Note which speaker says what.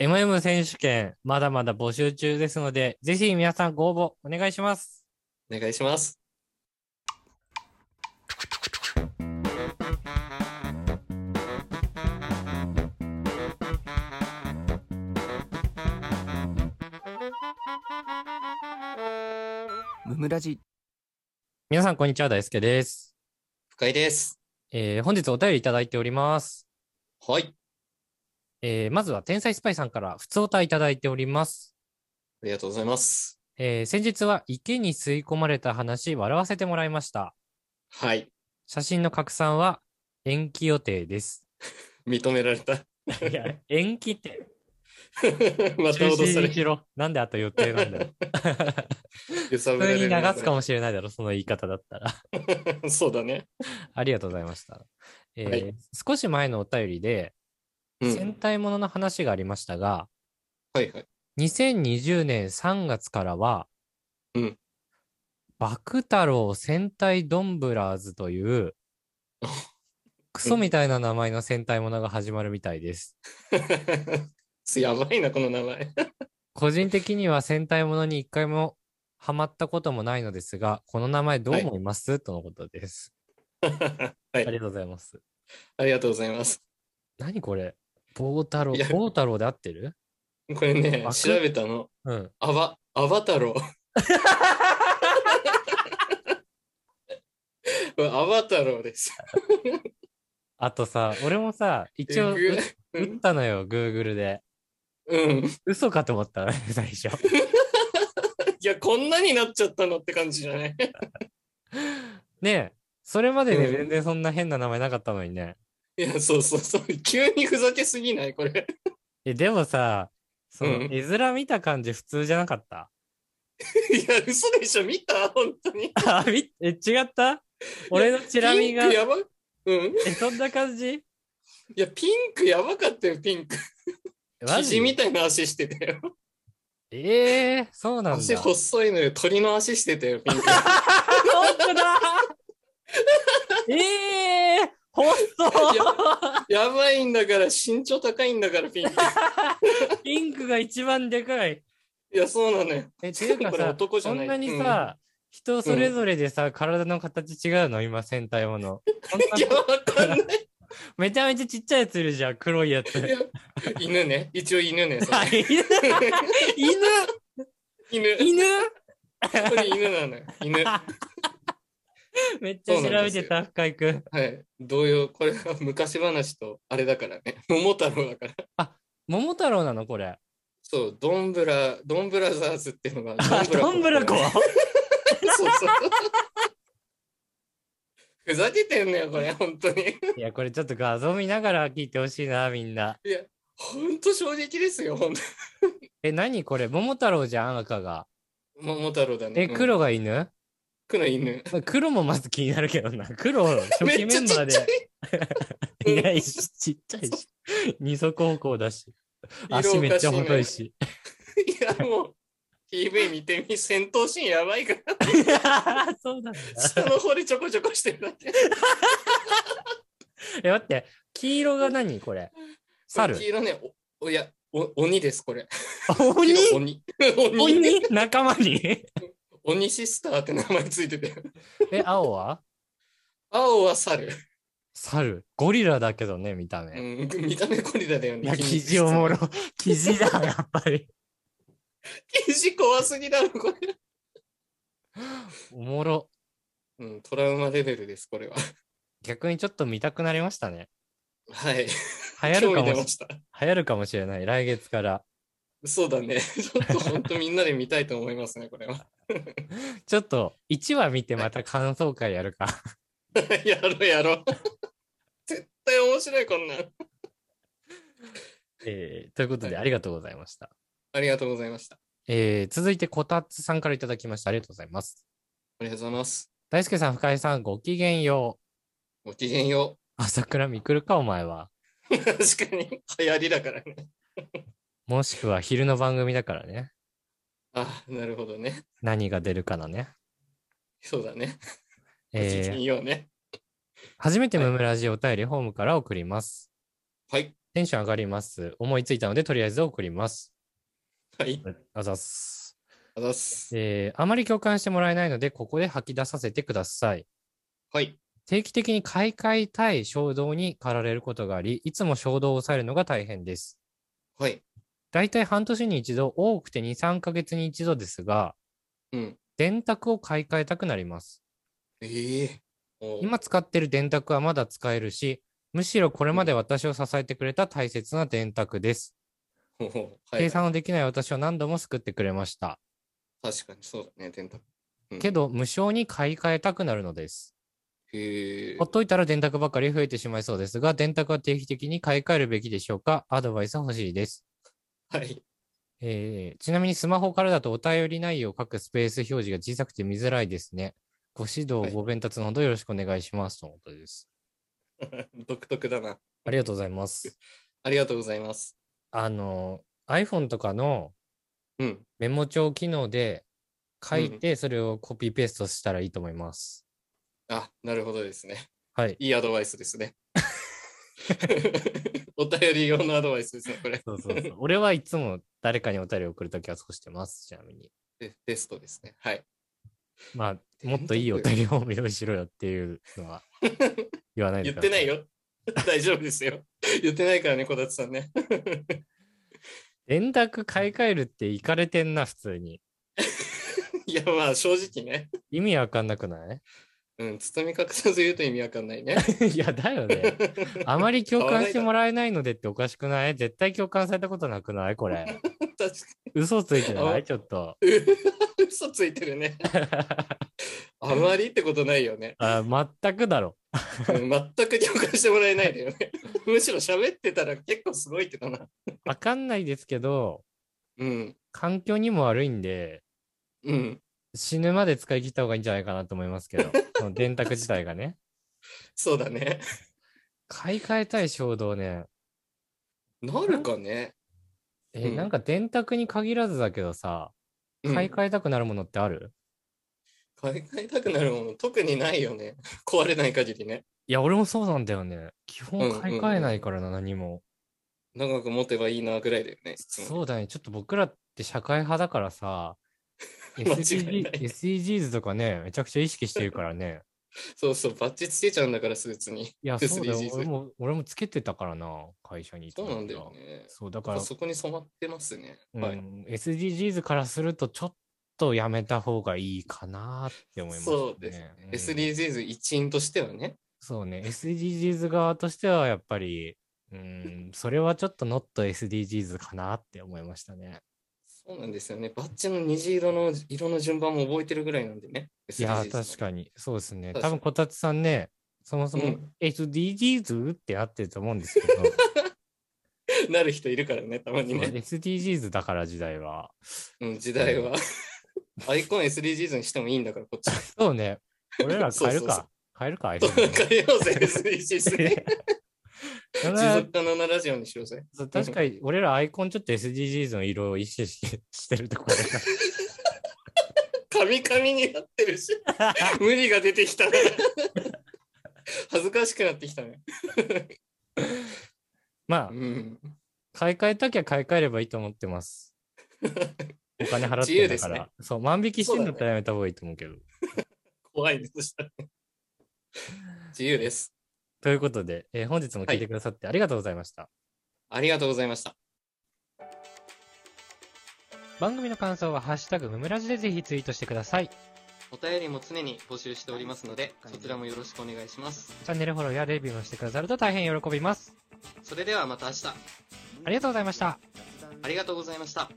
Speaker 1: MM 選手権、まだまだ募集中ですので、ぜひ皆さんご応募お願いします。
Speaker 2: お願いします。
Speaker 3: ムムラジ
Speaker 1: 皆さん、こんにちは。大輔です。
Speaker 2: 深井です。
Speaker 1: えー本日お便りいただいております。
Speaker 2: はい。
Speaker 1: えーまずは、天才スパイさんから、普通お便りいただいております。
Speaker 2: ありがとうございます。
Speaker 1: えー先日は池に吸い込まれた話、笑わせてもらいました。
Speaker 2: はい。
Speaker 1: 写真の拡散は延期予定です。
Speaker 2: 認められた。
Speaker 1: いや、延期って。
Speaker 2: また
Speaker 1: 中
Speaker 2: 脅さ
Speaker 1: 止
Speaker 2: れ
Speaker 1: にしろ。なんであと予定なん だよ。
Speaker 2: 揺さ
Speaker 1: 普
Speaker 2: ぶ
Speaker 1: 通
Speaker 2: られ
Speaker 1: に
Speaker 2: る
Speaker 1: 流
Speaker 2: な
Speaker 1: すかもしれないだろ、その言い方だったら。
Speaker 2: そうだね。
Speaker 1: ありがとうございました。えー
Speaker 2: はい
Speaker 1: 少し前のお便りで、
Speaker 2: うん。
Speaker 1: 戦隊ものの話がありましたが、
Speaker 2: はいはい。
Speaker 1: 2020年3月からは、
Speaker 2: うん
Speaker 1: バク太郎戦隊ドンブラーズと いう、クソみたいな名前の戦隊ものが始まるみたいです。
Speaker 2: やばいな、 この名前。
Speaker 1: 個人的には戦隊ものに一回もハマったこともないのですが、この名前どう思います、とのことです。
Speaker 2: は
Speaker 1: あり
Speaker 2: い。
Speaker 1: がとうございます。
Speaker 2: ありがとうございます。
Speaker 1: 何これ棒太郎、
Speaker 2: いや
Speaker 1: 棒太郎で合ってる
Speaker 2: これね
Speaker 1: バ、ク
Speaker 2: 調べたの。
Speaker 1: うん。
Speaker 2: アバ、アバ太郎。 これアバ太郎です。
Speaker 1: あとさ、俺もさ、一 応
Speaker 2: え
Speaker 1: 打
Speaker 2: ぐ
Speaker 1: 打ったのよ、Google で。
Speaker 2: うん。い
Speaker 1: 嘘かと思ったの ね、最初。
Speaker 2: や、こんなになっちゃったのって感じじゃない
Speaker 1: ねえ、それまでね、
Speaker 2: うん
Speaker 1: 全然そんな変な名前なかったのにね。
Speaker 2: いや、そうそうそう。 急にふざけすぎないこれ。
Speaker 1: え、でもさ、その、
Speaker 2: うん
Speaker 1: 絵面見た感じ普通じゃなか った。
Speaker 2: いや、嘘でしょ見た本当に。
Speaker 1: あ、み、え、違った俺のチラ見が
Speaker 2: ピンク、やばうん。
Speaker 1: え、そんな感じ
Speaker 2: いや、ピンクやばかったよ、ピンク。
Speaker 1: マ
Speaker 2: 生
Speaker 1: ジ
Speaker 2: 地みたいな足してたよ。
Speaker 1: ええそうなんだ。
Speaker 2: 足細いのよ。鳥の足してたよ、 ピンク。
Speaker 1: 本当だええ本
Speaker 2: いや
Speaker 1: 当
Speaker 2: やばいんだから、身長高いんだから、ピンク。
Speaker 1: ピンクが一番でかい。
Speaker 2: いや、そうな のよ。
Speaker 1: え、ていうか
Speaker 2: これ
Speaker 1: さ、
Speaker 2: 男じ
Speaker 1: そ
Speaker 2: ゃない
Speaker 1: んなにさ、人それぞれでさ、体の形違うの今、戦隊もの。そんない
Speaker 2: や、わか んない。
Speaker 1: めちゃめちゃちっちゃいやついるじゃん、黒いやつ。
Speaker 2: いや犬ね。一応犬ね。それ
Speaker 1: あ 犬犬
Speaker 2: 犬。こ
Speaker 1: 犬
Speaker 2: れ犬なのよ。犬。は
Speaker 1: めっちゃ調べてた、深井くん。
Speaker 2: い。同様。これは昔話とあれだからね。桃太郎だから。
Speaker 1: 桃太郎なのこれ。
Speaker 2: そう、ドンブラ、ドンブラザーズっていうのが。
Speaker 1: あ、トンブラコ
Speaker 2: そうそう。 ふざけてんのよ、これ、本当に。
Speaker 1: いや、これちょっと画像見ながら聞いてほしいな、みんな。
Speaker 2: 本当衝撃ですよ、本当
Speaker 1: え、何これ桃太郎じゃん、赤が。
Speaker 2: 桃太郎だね。
Speaker 1: え、
Speaker 2: うん
Speaker 1: 黒。が犬、
Speaker 2: 黒犬。
Speaker 1: まあ黒もまず気になるけどな。黒、初
Speaker 2: め
Speaker 1: 期
Speaker 2: っち
Speaker 1: メ
Speaker 2: ゃ
Speaker 1: ン
Speaker 2: ち
Speaker 1: バー
Speaker 2: っちゃ
Speaker 1: で。
Speaker 2: い
Speaker 1: い ないし、ちっちゃいし。二足歩行だし。
Speaker 2: 色
Speaker 1: 足
Speaker 2: お
Speaker 1: め
Speaker 2: か
Speaker 1: っ
Speaker 2: しい
Speaker 1: ちゃ
Speaker 2: ね
Speaker 1: 細いし。
Speaker 2: い。いや、もう、PV 見てみ、戦闘シーンやば いから。
Speaker 1: そうなんだ。
Speaker 2: 下の方でちょこちょこしてるだけ。
Speaker 1: え、待って、黄色が何これ。猿
Speaker 2: 黄色ね、おおいや、お鬼です、これ。
Speaker 1: 鬼
Speaker 2: 鬼鬼鬼
Speaker 1: 鬼仲間 に
Speaker 2: 鬼シスターって名前ついてて。
Speaker 1: え、青は
Speaker 2: 青は猿。
Speaker 1: 猿。ゴリラだけどね、見た目。
Speaker 2: うん、見た目ゴリラだよ
Speaker 1: い
Speaker 2: ね。
Speaker 1: や、生地おもろ。生地だ、やっぱり。
Speaker 2: 生地怖すぎだろ、これ。
Speaker 1: おもろ。
Speaker 2: うん、トラウマレベルです、これは。
Speaker 1: 逆にちょっと見たくなりましたね。
Speaker 2: はい。
Speaker 1: 流行るか
Speaker 2: 興味
Speaker 1: も
Speaker 2: 出
Speaker 1: し
Speaker 2: ました。
Speaker 1: 流行るかもしれない。来月から。
Speaker 2: そうだね。ちょっと本当みんなで見たいと思いますね、これは。
Speaker 1: ちょっと、1話見てまた感想会やるか。
Speaker 2: やろうやろう。 絶対面白い、こんなん。
Speaker 1: えーということで、
Speaker 2: はい
Speaker 1: ありがとうございました。
Speaker 2: ありがとうございました。
Speaker 1: えー続いて、こたつさんからいただきました。ありがとうございます。
Speaker 2: ありがとうございます。
Speaker 1: 大輔さん、深井さん、ごきげんよ
Speaker 2: ごきげんよ
Speaker 1: う。朝倉未来か、お前は。
Speaker 2: う。 確かに、流行りだからね。
Speaker 1: もしくは昼の番組だからね。
Speaker 2: あ、なるほどね。
Speaker 1: 何が出るかなね。
Speaker 2: そうだね。ごきげ
Speaker 1: えー
Speaker 2: んようね。
Speaker 1: 初めて
Speaker 2: はい
Speaker 1: ムムラジお便りホームから送ります。
Speaker 2: はい。
Speaker 1: テンション上がります。思いついたので、とりあえず送ります。
Speaker 2: はい。
Speaker 1: あざっす。
Speaker 2: あざっす。
Speaker 1: えーあまり共感してもらえないので、ここで吐き出させてください。
Speaker 2: はい。
Speaker 1: 定期的に買い替えたい衝動に駆られることがあり、いつも衝動を抑えるのが大変です。
Speaker 2: はい。
Speaker 1: だいたい半年に一度、多くて2、3ヶ月に一度ですが、
Speaker 2: うん。
Speaker 1: 電卓を買い替えたくなります。
Speaker 2: ええおう
Speaker 1: 今使ってる電卓はまだ使えるし、むしろこれまで私を支えてくれた大切な電卓です。
Speaker 2: おうはい
Speaker 1: 計算のできない私を何度も救ってくれました。
Speaker 2: 確かにそうだね、電卓。うん
Speaker 1: けど、無償に買い替えたくなるのです。
Speaker 2: へえ
Speaker 1: ほ。っといたら電卓ばかり増えてしまいそうですが、電卓は定期的に買い替えるべきでしょうかアドバイス欲しいです。
Speaker 2: はい。
Speaker 1: えーちなみにスマホからだとお便り内容を書くスペース表示が小さくて見づらいですね。ご指
Speaker 2: は
Speaker 1: 導、
Speaker 2: い
Speaker 1: ご鞭達のほどよろしくお願いします。とのことです。
Speaker 2: 独特だな。
Speaker 1: ありがとうございます。
Speaker 2: ありがとうございます。
Speaker 1: あの、iPhone とかの
Speaker 2: うん。
Speaker 1: メモ帳機能で書い
Speaker 2: うん
Speaker 1: て、それをコピーペーストしたらいいと思います。
Speaker 2: あ、なるほどですね。
Speaker 1: はい。
Speaker 2: いいアドバイスですね。 お便り用のアドバイスですね、これ。
Speaker 1: そう そうそう。俺はいつも誰かにお便りを送るときはそうしてます。ちなみに。
Speaker 2: でテストですね。はい。
Speaker 1: まあ、もっといいお便りを用意しろよっていうの は言わないで
Speaker 2: 言っ
Speaker 1: くだ
Speaker 2: て
Speaker 1: さ
Speaker 2: ないよ。 大丈夫ですよ。言ってないからね、こたつさんね。
Speaker 1: 電卓買い替えるっていかれてんな、普通に。
Speaker 2: いや、まあ、正直ね。
Speaker 1: 意味わかんなくない
Speaker 2: うん、包み隠さず言うと意味わかんないね。
Speaker 1: いや、だよね。 あまり共感してもらえないのでっておかしくない絶対共感されたことなくないこれ。
Speaker 2: 確か
Speaker 1: 嘘ついてな
Speaker 2: あ
Speaker 1: いちょっと。
Speaker 2: に。 嘘ついてるね。 あまりってことないよね。
Speaker 1: あ全くだろ。
Speaker 2: うん全く共感してもらえないだよ ね。むしろ喋ってたら結構すごいけどな。
Speaker 1: わかんないですけど、
Speaker 2: うん。
Speaker 1: 環境にも悪いんで、
Speaker 2: うん。
Speaker 1: 死ぬまで使い切った方がいいんじゃないかなと思いますけ ど、その電卓自体がね。
Speaker 2: そうだね。
Speaker 1: 買い替えたい衝動ね。
Speaker 2: なるかね。
Speaker 1: え、
Speaker 2: うん
Speaker 1: なんか電卓に限らずだけどさ、
Speaker 2: うん
Speaker 1: 買い替えたくなるものってある、
Speaker 2: 買い替えたくなるもの特にないよね。壊れない限りね。
Speaker 1: いや、俺もそうなんだよね。基
Speaker 2: うん
Speaker 1: 本
Speaker 2: うんうん
Speaker 1: 買い替えないからな、何も。
Speaker 2: 長く持てばいいなぐらいだよね。いつも
Speaker 1: そうだね。ちょっと僕らって社会派だからさ、
Speaker 2: 間違いな
Speaker 1: SDG
Speaker 2: い
Speaker 1: SDGs とかね、めちゃくちゃ意識してるからね。
Speaker 2: そうそう、バッチつけちゃうんだから、スーツに。
Speaker 1: いや、そうだよ
Speaker 2: SDGs。
Speaker 1: 俺も、俺もつけてたからな、会社にいた
Speaker 2: そう
Speaker 1: 時
Speaker 2: な
Speaker 1: は
Speaker 2: んだよね。
Speaker 1: そう、だか
Speaker 2: やっ
Speaker 1: ら
Speaker 2: ぱ、そこに染まってますね。
Speaker 1: う
Speaker 2: はい。
Speaker 1: ん、SDGs からすると、ちょっとやめた方がいいかなって思いますね。
Speaker 2: そうですね。
Speaker 1: うん
Speaker 2: SDGs 一員としてはね。
Speaker 1: そうね、SDGs 側としてはやっぱり、うん、それはちょっとノット SDGs かなって思いましたね。
Speaker 2: そうなんですよね。バッチの虹色の色の順番も覚えてるぐらいなんでね。
Speaker 1: いや
Speaker 2: SDGs
Speaker 1: ー、確かに、そうですね。
Speaker 2: 確
Speaker 1: 多
Speaker 2: かに
Speaker 1: 分こたつさんね、そもそも
Speaker 2: うん
Speaker 1: SDGs ってなってると思うんですけ ど、
Speaker 2: なる人いるからね、たまにね。
Speaker 1: SDGs だから時代は。
Speaker 2: うん、時代は。アイコン SDGs にしてもいいんだから、こっち。
Speaker 1: そうね、俺ら変える
Speaker 2: そうそうそ
Speaker 1: か。変えるか、
Speaker 2: そう 変えようぜ、SDGs ね。
Speaker 1: だから
Speaker 2: 持続可能なラジオにしようぜ。
Speaker 1: そう確かに、俺らアイコンちょっと SDGs の色を意識し してるところが
Speaker 2: カミカミになってる し、無理が出てきたな。恥ずかしくなってきたね。
Speaker 1: ま
Speaker 2: う
Speaker 1: あ、
Speaker 2: ん。
Speaker 1: 買い替えたきゃ買い替えればいいと思って ます。お金払っ
Speaker 2: 自
Speaker 1: てん
Speaker 2: 由
Speaker 1: だ
Speaker 2: です
Speaker 1: か
Speaker 2: ね
Speaker 1: ら、そう、万引きしてんだったらやめた方がいいと思うけど。
Speaker 2: 怖いです。そしたら自由です。
Speaker 1: ということで、えー本日も聞いてくださってありがとうございました。
Speaker 2: ありがとうございました。
Speaker 1: 番組の感想は、ハッシュタグムムラジでぜひツイートしてください。チ
Speaker 2: お便りも常に募集しておりますので、そちらもよろしくお願いします。
Speaker 1: ャンネルフォローやレビューもしてくださると大変喜びます。
Speaker 2: それではまた明日、
Speaker 1: ありがとうございました。
Speaker 2: ありがとうございました。